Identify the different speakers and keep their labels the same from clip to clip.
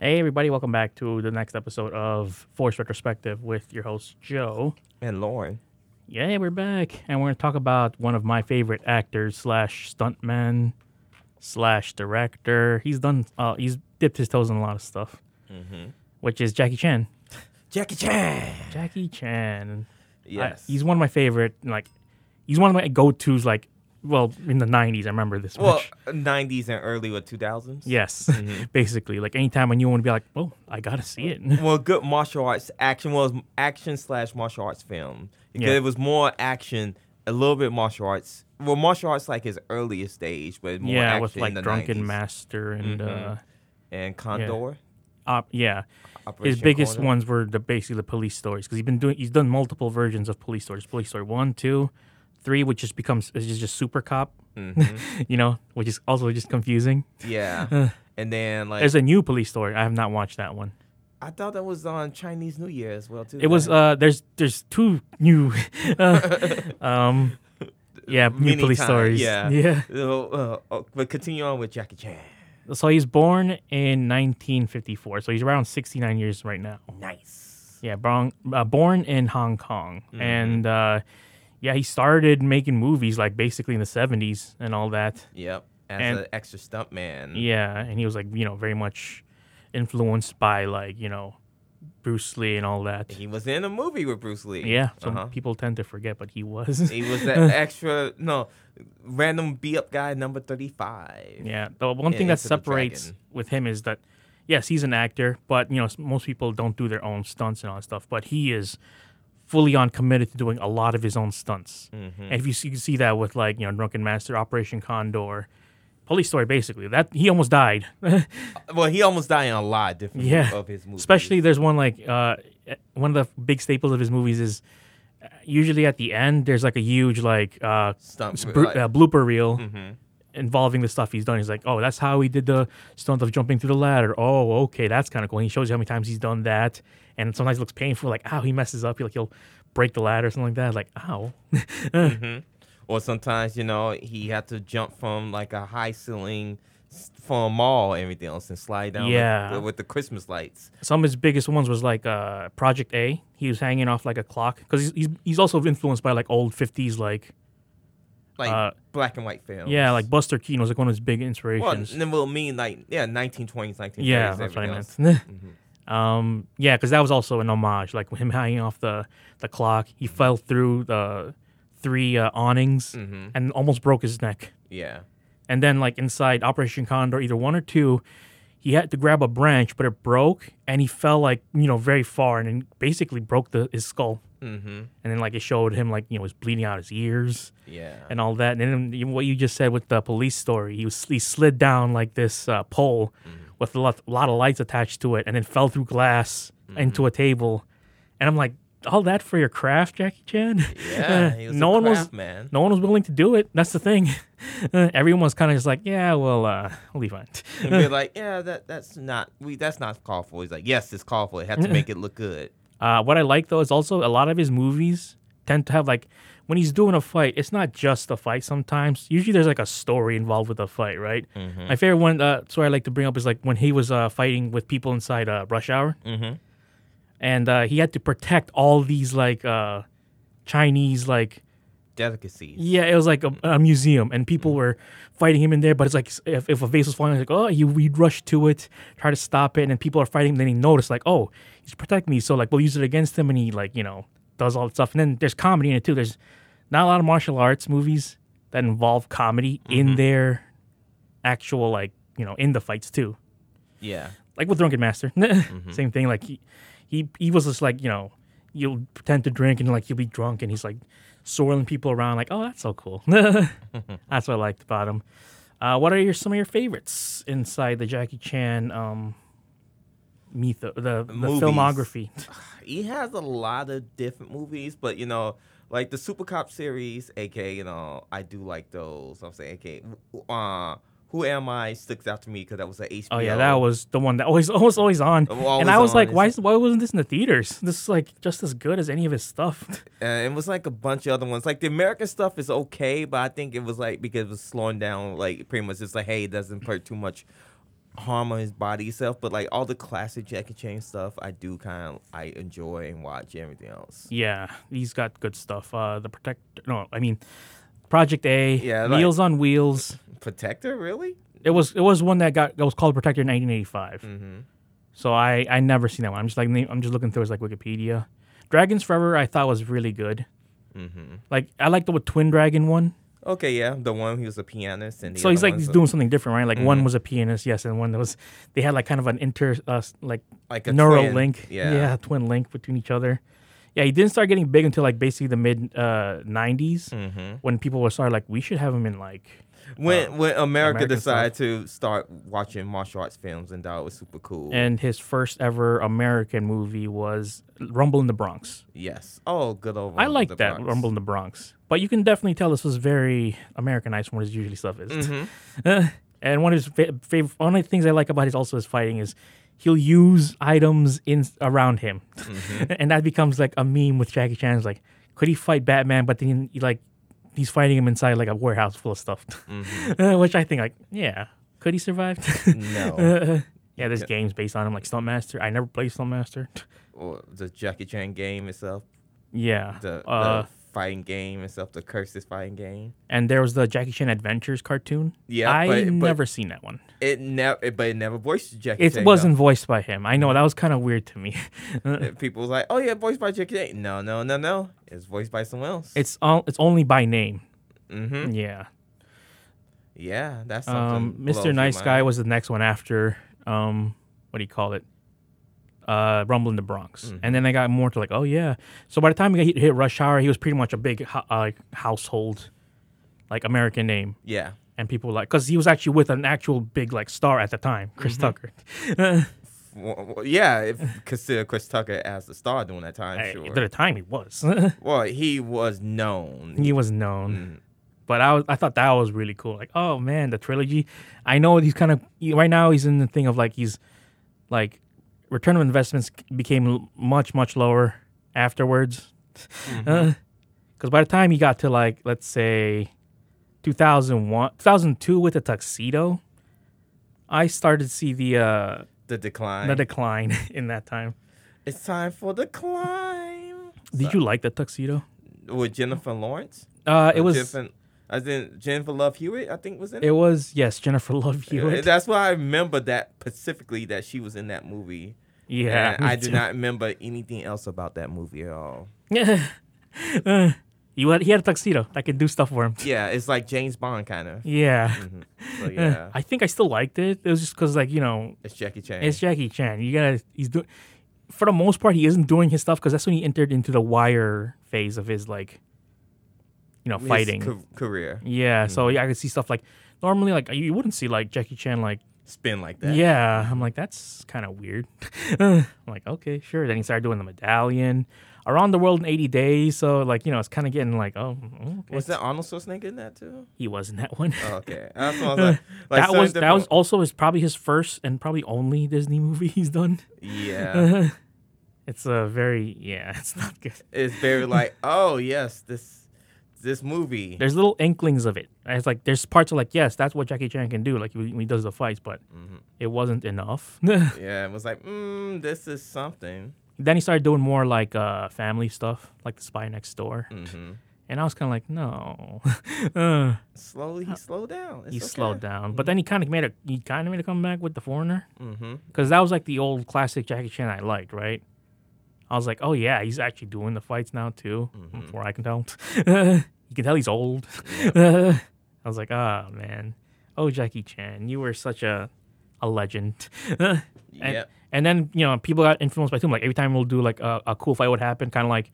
Speaker 1: Hey, everybody, welcome back to the next episode of Force Retrospective with your host, Joe.
Speaker 2: And Lauren.
Speaker 1: Yeah, we're back, and we're going to talk about one of my favorite actors slash stuntman slash director. He's done, uh, he's dipped his toes in a lot of stuff,
Speaker 2: Mm-hmm.
Speaker 1: which is Jackie Chan.
Speaker 2: Jackie Chan.
Speaker 1: Jackie Chan. I-
Speaker 2: Yes.
Speaker 1: he's one of my favorite, like, he's one of my go-tos, like, well, in the 90s, I remember this
Speaker 2: well, mm-hmm.
Speaker 1: much.
Speaker 2: 90s and early with 2000s.
Speaker 1: Yes, basically. Like, anytime I knew one, would be like, well, I got to see it.
Speaker 2: Well, good martial arts action was action slash martial arts film. Because
Speaker 1: Yeah.
Speaker 2: it was more action, a little bit martial arts. Well, martial arts like his earliest stage, but more
Speaker 1: yeah,
Speaker 2: action
Speaker 1: with, like,
Speaker 2: in the Mm-hmm.
Speaker 1: Drunken
Speaker 2: 90s.
Speaker 1: Master and, uh,
Speaker 2: and Condor.
Speaker 1: op, yeah.
Speaker 2: Operation
Speaker 1: his biggest
Speaker 2: Condor.
Speaker 1: ones were the basically the police stories because he's been doing he's done multiple versions of police stories. Police story one, two, three, which just becomes is just, just super cop, you know, which is also just confusing.
Speaker 2: Mm-hmm. Yeah. and then like
Speaker 1: There's a new police story. I have not watched that one.
Speaker 2: I thought that was on Chinese New Year as well too.
Speaker 1: It was uh there's there's two new, uh, um, yeah, new
Speaker 2: Many
Speaker 1: police
Speaker 2: times,
Speaker 1: stories.
Speaker 2: yeah.
Speaker 1: yeah.
Speaker 2: Uh, uh, but continue on with Jackie Chan.
Speaker 1: So he's born in 1954, so he's around 69 years right now.
Speaker 2: Nice.
Speaker 1: Yeah, born, uh, born in Hong Kong,
Speaker 2: Mm-hmm.
Speaker 1: and uh, yeah, he started making movies like basically in the seventies and all that.
Speaker 2: Yep. As
Speaker 1: And-
Speaker 2: an extra stuntman.
Speaker 1: Yeah, and he was like you know very much influenced by like you know Bruce Lee and all that.
Speaker 2: He was in a movie with Bruce Lee.
Speaker 1: Yeah, so
Speaker 2: Uh-huh.
Speaker 1: people tend to forget, but he was.
Speaker 2: He was that extra no random beat up guy number thirty five.
Speaker 1: yeah, the one
Speaker 2: Yeah,
Speaker 1: thing that
Speaker 2: Enter the
Speaker 1: separates
Speaker 2: Dragon.
Speaker 1: with him is that yes, he's an actor, but you know s- most people don't do their own stunts and all that stuff, but he is fully on committed to doing a lot of his own stunts.
Speaker 2: Mm-hmm.
Speaker 1: And if you see, you see that with like you know Drunken Master, Operation Condor, Police Story, basically that he almost died.
Speaker 2: Well, he almost died in a lot of different
Speaker 1: yeah,
Speaker 2: of his movies.
Speaker 1: especially there's one like uh, one of the big staples of his movies is uh, usually at the end there's like a huge like uh,
Speaker 2: stunt
Speaker 1: br-
Speaker 2: like, Mm-hmm.
Speaker 1: uh, blooper reel. Involving the stuff he's done, he's like, "Oh, that's how he did the stunt of jumping through the ladder." Oh, okay, that's kind of cool. And he shows you how many times he's done that, and sometimes it looks painful. Like, ow, he messes up. He like he'll break the ladder or something like that. Like, ow,
Speaker 2: or sometimes, you know, he had to jump from like a high ceiling s- from a mall and everything else and slide down like,
Speaker 1: Yeah.
Speaker 2: with, with the Christmas lights.
Speaker 1: some of his biggest ones was like uh, Project A. He was hanging off like a clock because he's, he's he's also influenced by like old fifties like
Speaker 2: Like
Speaker 1: Uh,
Speaker 2: black and white films.
Speaker 1: yeah like Buster Keaton was like one of his big
Speaker 2: Well,
Speaker 1: inspirations.
Speaker 2: and then we'll mean like yeah, nineteen twenties, nineteen thirties,
Speaker 1: yeah, that's what I
Speaker 2: everything
Speaker 1: meant.
Speaker 2: else.
Speaker 1: Um, yeah, because that was also an homage, like him hanging off the the clock. He fell through the three uh, awnings and almost broke his neck.
Speaker 2: Yeah.
Speaker 1: And then like inside Operation Condor, either one or two, he had to grab a branch, but it broke, and he fell like you know very far, and then basically broke the his skull.
Speaker 2: Mm-hmm.
Speaker 1: And then like it showed him like you know was bleeding out his ears
Speaker 2: Yeah.
Speaker 1: and all that. And then what you just said with the police story, he was, he slid down like this uh, pole with a lot, lot of lights attached to it, and then fell through glass into a table. And I'm like, all that for your craft, Jackie Chan?
Speaker 2: yeah. He was
Speaker 1: Uh, no
Speaker 2: a
Speaker 1: one was
Speaker 2: craft man.
Speaker 1: no one was willing to do it. That's the thing. Everyone was kind of just like, yeah, well, uh, we'll be fine.
Speaker 2: and be like, "Yeah, that that's not we that's not called for." He's like, "Yes, it's called for. It had to make it look good."
Speaker 1: Uh, what I like though is also a lot of his movies tend to have like when he's doing a fight, it's not just a fight. Sometimes, usually there's like a story involved with a fight, right? My favorite one, uh, story I like to bring up is like when he was uh, fighting with people inside uh, Rush Hour,
Speaker 2: Mhm.
Speaker 1: and uh, he had to protect all these like uh, Chinese like
Speaker 2: Delicacies.
Speaker 1: yeah, it was like a, a museum, and people were fighting him in there. But it's like s- if, if a vase was falling, it's like oh, he would rush to it, try to stop it, and then people are fighting. Then he noticed like oh, he's protecting me, so like we'll use it against him, and he like you know does all that stuff. And then there's comedy in it too. There's not a lot of martial arts movies that involve comedy in their actual like you know in the fights too.
Speaker 2: Yeah.
Speaker 1: Like with Drunken Master,
Speaker 2: Mm-hmm.
Speaker 1: same thing. Like he, he he was just like you know you'll pretend to drink and like you'll be drunk and he's like swirling people around like oh that's so cool that's what i liked about him uh, what are your some of your favorites inside the jackie chan um mytho the, the
Speaker 2: Movies.
Speaker 1: filmography
Speaker 2: He has a lot of different movies, but you know, like the Super Cop series, aka you know, I do like those. I'm saying, aka, uh, Who Am I sticks out to me because that was an HBO.
Speaker 1: oh yeah that was the one that always always always on
Speaker 2: Always
Speaker 1: and i was
Speaker 2: on,
Speaker 1: like why
Speaker 2: is-
Speaker 1: is, why wasn't this in the theaters this is like just as good as any of his stuff
Speaker 2: And it was like a bunch of other ones. Like the American stuff is okay, but I think it was like because it was slowing down. Like pretty much, it's like, hey, it doesn't put too much harm on his body itself, but like all the classic Jackie Chan stuff, I do kind of I enjoy and watch everything else.
Speaker 1: Yeah, he's got good stuff. Uh, the protect. No, I mean, Project A.
Speaker 2: Yeah, like-
Speaker 1: Meals on Wheels.
Speaker 2: Protector, really?
Speaker 1: It was it was one that got that was called Protector in 1985.
Speaker 2: Mm-hmm.
Speaker 1: So I I never seen that one. I'm just like na- I'm just looking through his like Wikipedia. Dragons Forever I thought was really good.
Speaker 2: Mm-hmm.
Speaker 1: Like I like the Twin Dragon one.
Speaker 2: Okay, yeah, the one who was a pianist and the
Speaker 1: so he's
Speaker 2: other
Speaker 1: like
Speaker 2: one's
Speaker 1: he's
Speaker 2: a- Mm-hmm.
Speaker 1: doing something different, right? Like one was a pianist, yes, and one that was they had like kind of an inter uh, s- like
Speaker 2: like a
Speaker 1: neural
Speaker 2: twin.
Speaker 1: link,
Speaker 2: Yeah,
Speaker 1: yeah, twin link between each other. Yeah, he didn't start getting big until like basically the mid uh, '90s when people were started like we should have him in like
Speaker 2: Mm-hmm. When when America
Speaker 1: American
Speaker 2: decided to start watching martial arts films and that was super cool.
Speaker 1: and his first ever American movie was Rumble in the Bronx.
Speaker 2: yes. Oh, good old.
Speaker 1: I
Speaker 2: Rumble
Speaker 1: like
Speaker 2: the
Speaker 1: that
Speaker 2: Bronx.
Speaker 1: Rumble in the Bronx, but you can definitely tell this was very Americanized from what his usually stuff is.
Speaker 2: Mm-hmm.
Speaker 1: and one of his fa- favorite, one of the things I like about his also his fighting is he'll use items in around him,
Speaker 2: Mm-hmm.
Speaker 1: and that becomes like a meme with Jackie Chan. It's like, could he fight Batman? But then he, like he's fighting him inside like a warehouse full of stuff,
Speaker 2: Mm-hmm.
Speaker 1: which I think like yeah, could he survive?
Speaker 2: No,
Speaker 1: yeah, there's games based on him like Stunt Master. I never played Stunt Master.
Speaker 2: or the Jackie Chan game itself,
Speaker 1: yeah,
Speaker 2: the,
Speaker 1: uh,
Speaker 2: the fighting game itself, the curses fighting game.
Speaker 1: and there was the Jackie Chan Adventures cartoon.
Speaker 2: Yeah,
Speaker 1: I
Speaker 2: but- but-
Speaker 1: never seen that one.
Speaker 2: It never, but it never voiced Jackie.
Speaker 1: It
Speaker 2: Chan, though.
Speaker 1: wasn't voiced by him. I know that was kind of weird to me.
Speaker 2: People was like, "Oh yeah, voiced by Jackie." Chan." No, no, no, no. It's voiced by someone else.
Speaker 1: it's all. It's only by name.
Speaker 2: mm-hmm.
Speaker 1: Yeah.
Speaker 2: Yeah, that's
Speaker 1: Um,
Speaker 2: something. blows
Speaker 1: Mr.
Speaker 2: your
Speaker 1: Nice
Speaker 2: mind.
Speaker 1: Guy was the next one after. Um, what do you call it? Uh, Rumble in the Bronx,
Speaker 2: Mm-hmm.
Speaker 1: and then I got more to like, oh yeah. So by the time he hit- hit Rush Hour, he was pretty much a big ho- uh, like household, like American name,
Speaker 2: Yeah,
Speaker 1: and people were like, because he was actually with an actual big like star at the time, Chris Tucker.
Speaker 2: Well, well, yeah. If, consider Chris Tucker as the star during that time.
Speaker 1: I-
Speaker 2: sure.
Speaker 1: At the time, he was.
Speaker 2: Well, he was known.
Speaker 1: he was known. But I was, I thought that was really cool. Like, oh man, the trilogy. I know he's kind of right now. He's in the thing of like he's like return of investments became l- much much lower afterwards. Because by the time he got to like let's say 2001, 2002 with the tuxedo, I started to see the uh,
Speaker 2: the decline.
Speaker 1: the decline in that time.
Speaker 2: it's time for the climb.
Speaker 1: Did you like the tuxedo?
Speaker 2: With Jennifer Lawrence.
Speaker 1: Uh, it
Speaker 2: Or
Speaker 1: was
Speaker 2: Jennifer, as in Jennifer Love Hewitt. I think was in it.
Speaker 1: it was yes, Jennifer Love Hewitt.
Speaker 2: Uh, That's why I remember that specifically that she was in that movie.
Speaker 1: Yeah,
Speaker 2: and
Speaker 1: me
Speaker 2: I do
Speaker 1: too.
Speaker 2: not remember anything else about that movie at all.
Speaker 1: Uh, he had he had a tuxedo that could do stuff for him.
Speaker 2: Yeah, it's like James Bond kind of.
Speaker 1: Yeah, Uh,
Speaker 2: So Mm-hmm, yeah,
Speaker 1: I think I still liked it. It was just because like you know
Speaker 2: it's Jackie Chan.
Speaker 1: it's Jackie Chan. You gotta he's doing for the most part he isn't doing his stuff because that's when he entered into the wire phase of his like you know
Speaker 2: His Mm-hmm.
Speaker 1: fighting.
Speaker 2: ca- career
Speaker 1: yeah, so yeah, I could see stuff like normally like you wouldn't see like Jackie Chan like
Speaker 2: spin like that.
Speaker 1: Yeah, I'm like that's kind of weird. I'm like okay, sure. Then he started doing the medallion around the world in 80 days. So like you know it's kind of getting like oh okay.
Speaker 2: Was that Arnold Schwarzenegger in that too?
Speaker 1: he was in that one.
Speaker 2: Oh, okay, that's what I was like, like
Speaker 1: that
Speaker 2: certain
Speaker 1: was that
Speaker 2: different-
Speaker 1: was also his probably his first and probably only Disney movie he's done.
Speaker 2: yeah.
Speaker 1: It's a very yeah, it's not good.
Speaker 2: it's very like, oh yes, this this movie.
Speaker 1: There's little inklings of it. It's like there's parts of like yes, that's what Jackie Chan can do. Like when he does the fights, but
Speaker 2: Mm-hmm.
Speaker 1: it wasn't enough. then
Speaker 2: Yeah, it was like, mm, this is something.
Speaker 1: he started doing more like uh, family stuff, like The Spy Next Door,
Speaker 2: hmm
Speaker 1: and I was kind of like no. uh,
Speaker 2: Slowly, he slowed down. It's
Speaker 1: he
Speaker 2: okay.
Speaker 1: slowed down, but then he kind of made a he kind of made a comeback with The Foreigner.
Speaker 2: Mm-hmm.
Speaker 1: because that was like the old classic Jackie Chan I liked, right? I was like, oh yeah, he's actually doing the fights now too,
Speaker 2: Mm-hmm.
Speaker 1: before I can tell. you can tell he's old. I was like, ah man, oh Jackie Chan, you were such a a legend. and,
Speaker 2: Yep.
Speaker 1: and then you know people got influenced by him. Like every time we'll do like a, a cool fight would happen, kind of like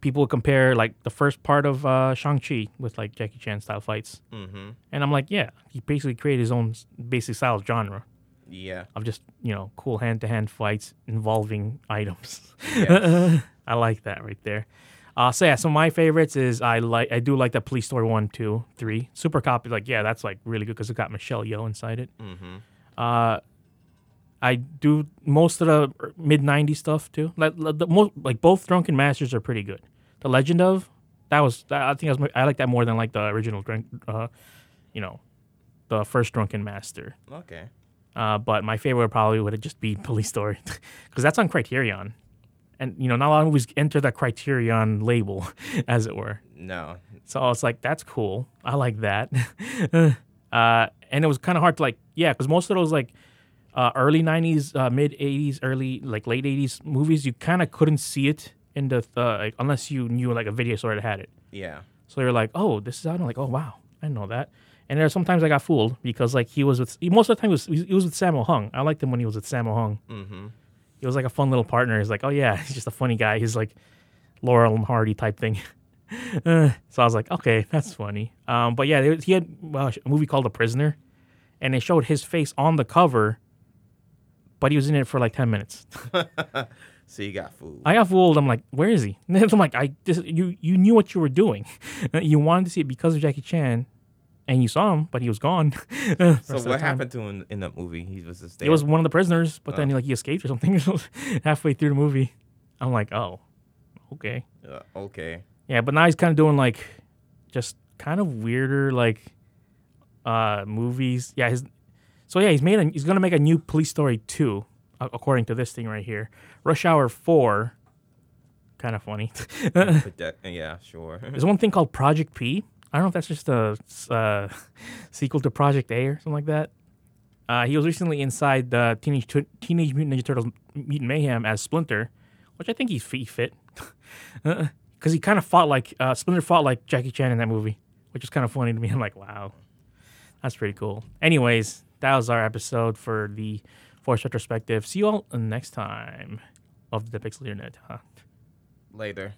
Speaker 1: people would compare like the first part of uh, Shang Chi with like Jackie Chan style fights.
Speaker 2: Mm-hmm.
Speaker 1: And I'm like, yeah, he basically created his own s- basic style genre
Speaker 2: Yeah.
Speaker 1: of just you know cool hand to hand fights involving items.
Speaker 2: Yes.
Speaker 1: I like that right there. Uh, so yeah, so my favorites is I like I do like the Police Story one, two, three. Super Cop is like yeah, that's like really good because it got Michelle Yeoh inside it.
Speaker 2: Mm-hmm.
Speaker 1: Uh, I do most of the mid '90s stuff too. Like like the most like both Drunken Masters are pretty good. The Legend of that was that, I think I, was, my- I like that more than like the original drunk, uh, you know, the first Drunken Master
Speaker 2: Okay.
Speaker 1: Uh, but my favorite would probably would just be Police Story, because that's on Criterion, and you know not a lot of movies enter that Criterion label, as it were.
Speaker 2: No.
Speaker 1: So it's like that's cool. I like that. uh, and it was kind of hard to like, yeah, because most of those like uh, early '90s, uh, mid '80s, early like late '80s movies, you kind of couldn't see it in the uh, like, unless you knew like a video store that had it.
Speaker 2: Yeah.
Speaker 1: So they were like, "Oh, this is out." I'm like, "Oh wow, I didn't know that." And there are sometimes I got fooled because like he was with he- most of the time he was he was with Sammo Hung. I liked him when he was with Sammo Hung.
Speaker 2: Mm-hmm.
Speaker 1: He was like a fun little partner. He's like, "Oh yeah, he's just a funny guy." He's like Laurel and Hardy type thing. Uh, so I was like, "Okay, that's funny." Um, but yeah, there, he had uh, a movie called The Prisoner, and it showed his face on the cover. But he was in it for like ten minutes.
Speaker 2: So you got food.
Speaker 1: I got fooled. I'm like, where is he? I'm like, I this, you you knew what you were doing. you wanted to see it because of Jackie Chan, and you saw him, but he was gone.
Speaker 2: so what happened to him in that movie? He was just there. Oh.
Speaker 1: It was one of the prisoners, but then he, like he escaped or something halfway through the movie. I'm like, oh, okay,
Speaker 2: Uh, okay.
Speaker 1: yeah. But now he's kind of doing like just kind of weirder like uh movies. Yeah, his so yeah, he's made a, he's gonna make a new Police Story two, a- according to this thing right here, Rush Hour four. Kind of funny.
Speaker 2: Put that, yeah, sure.
Speaker 1: There's one thing called Project P. I don't know if that's just a uh, sequel to Project A or something like that. Uh, he was recently inside the Teenage Tu- Teenage Mutant Ninja Turtles Mutant Mayhem as Splinter, which I think he's he fit because he kind of fought like uh, Splinter fought like Jackie Chan in that movie, which is kind of funny to me. I'm like, wow, that's pretty cool. Anyways, that was our episode for the Force retrospective. See you all next time of the Pixel Internet. Huh?
Speaker 2: Later.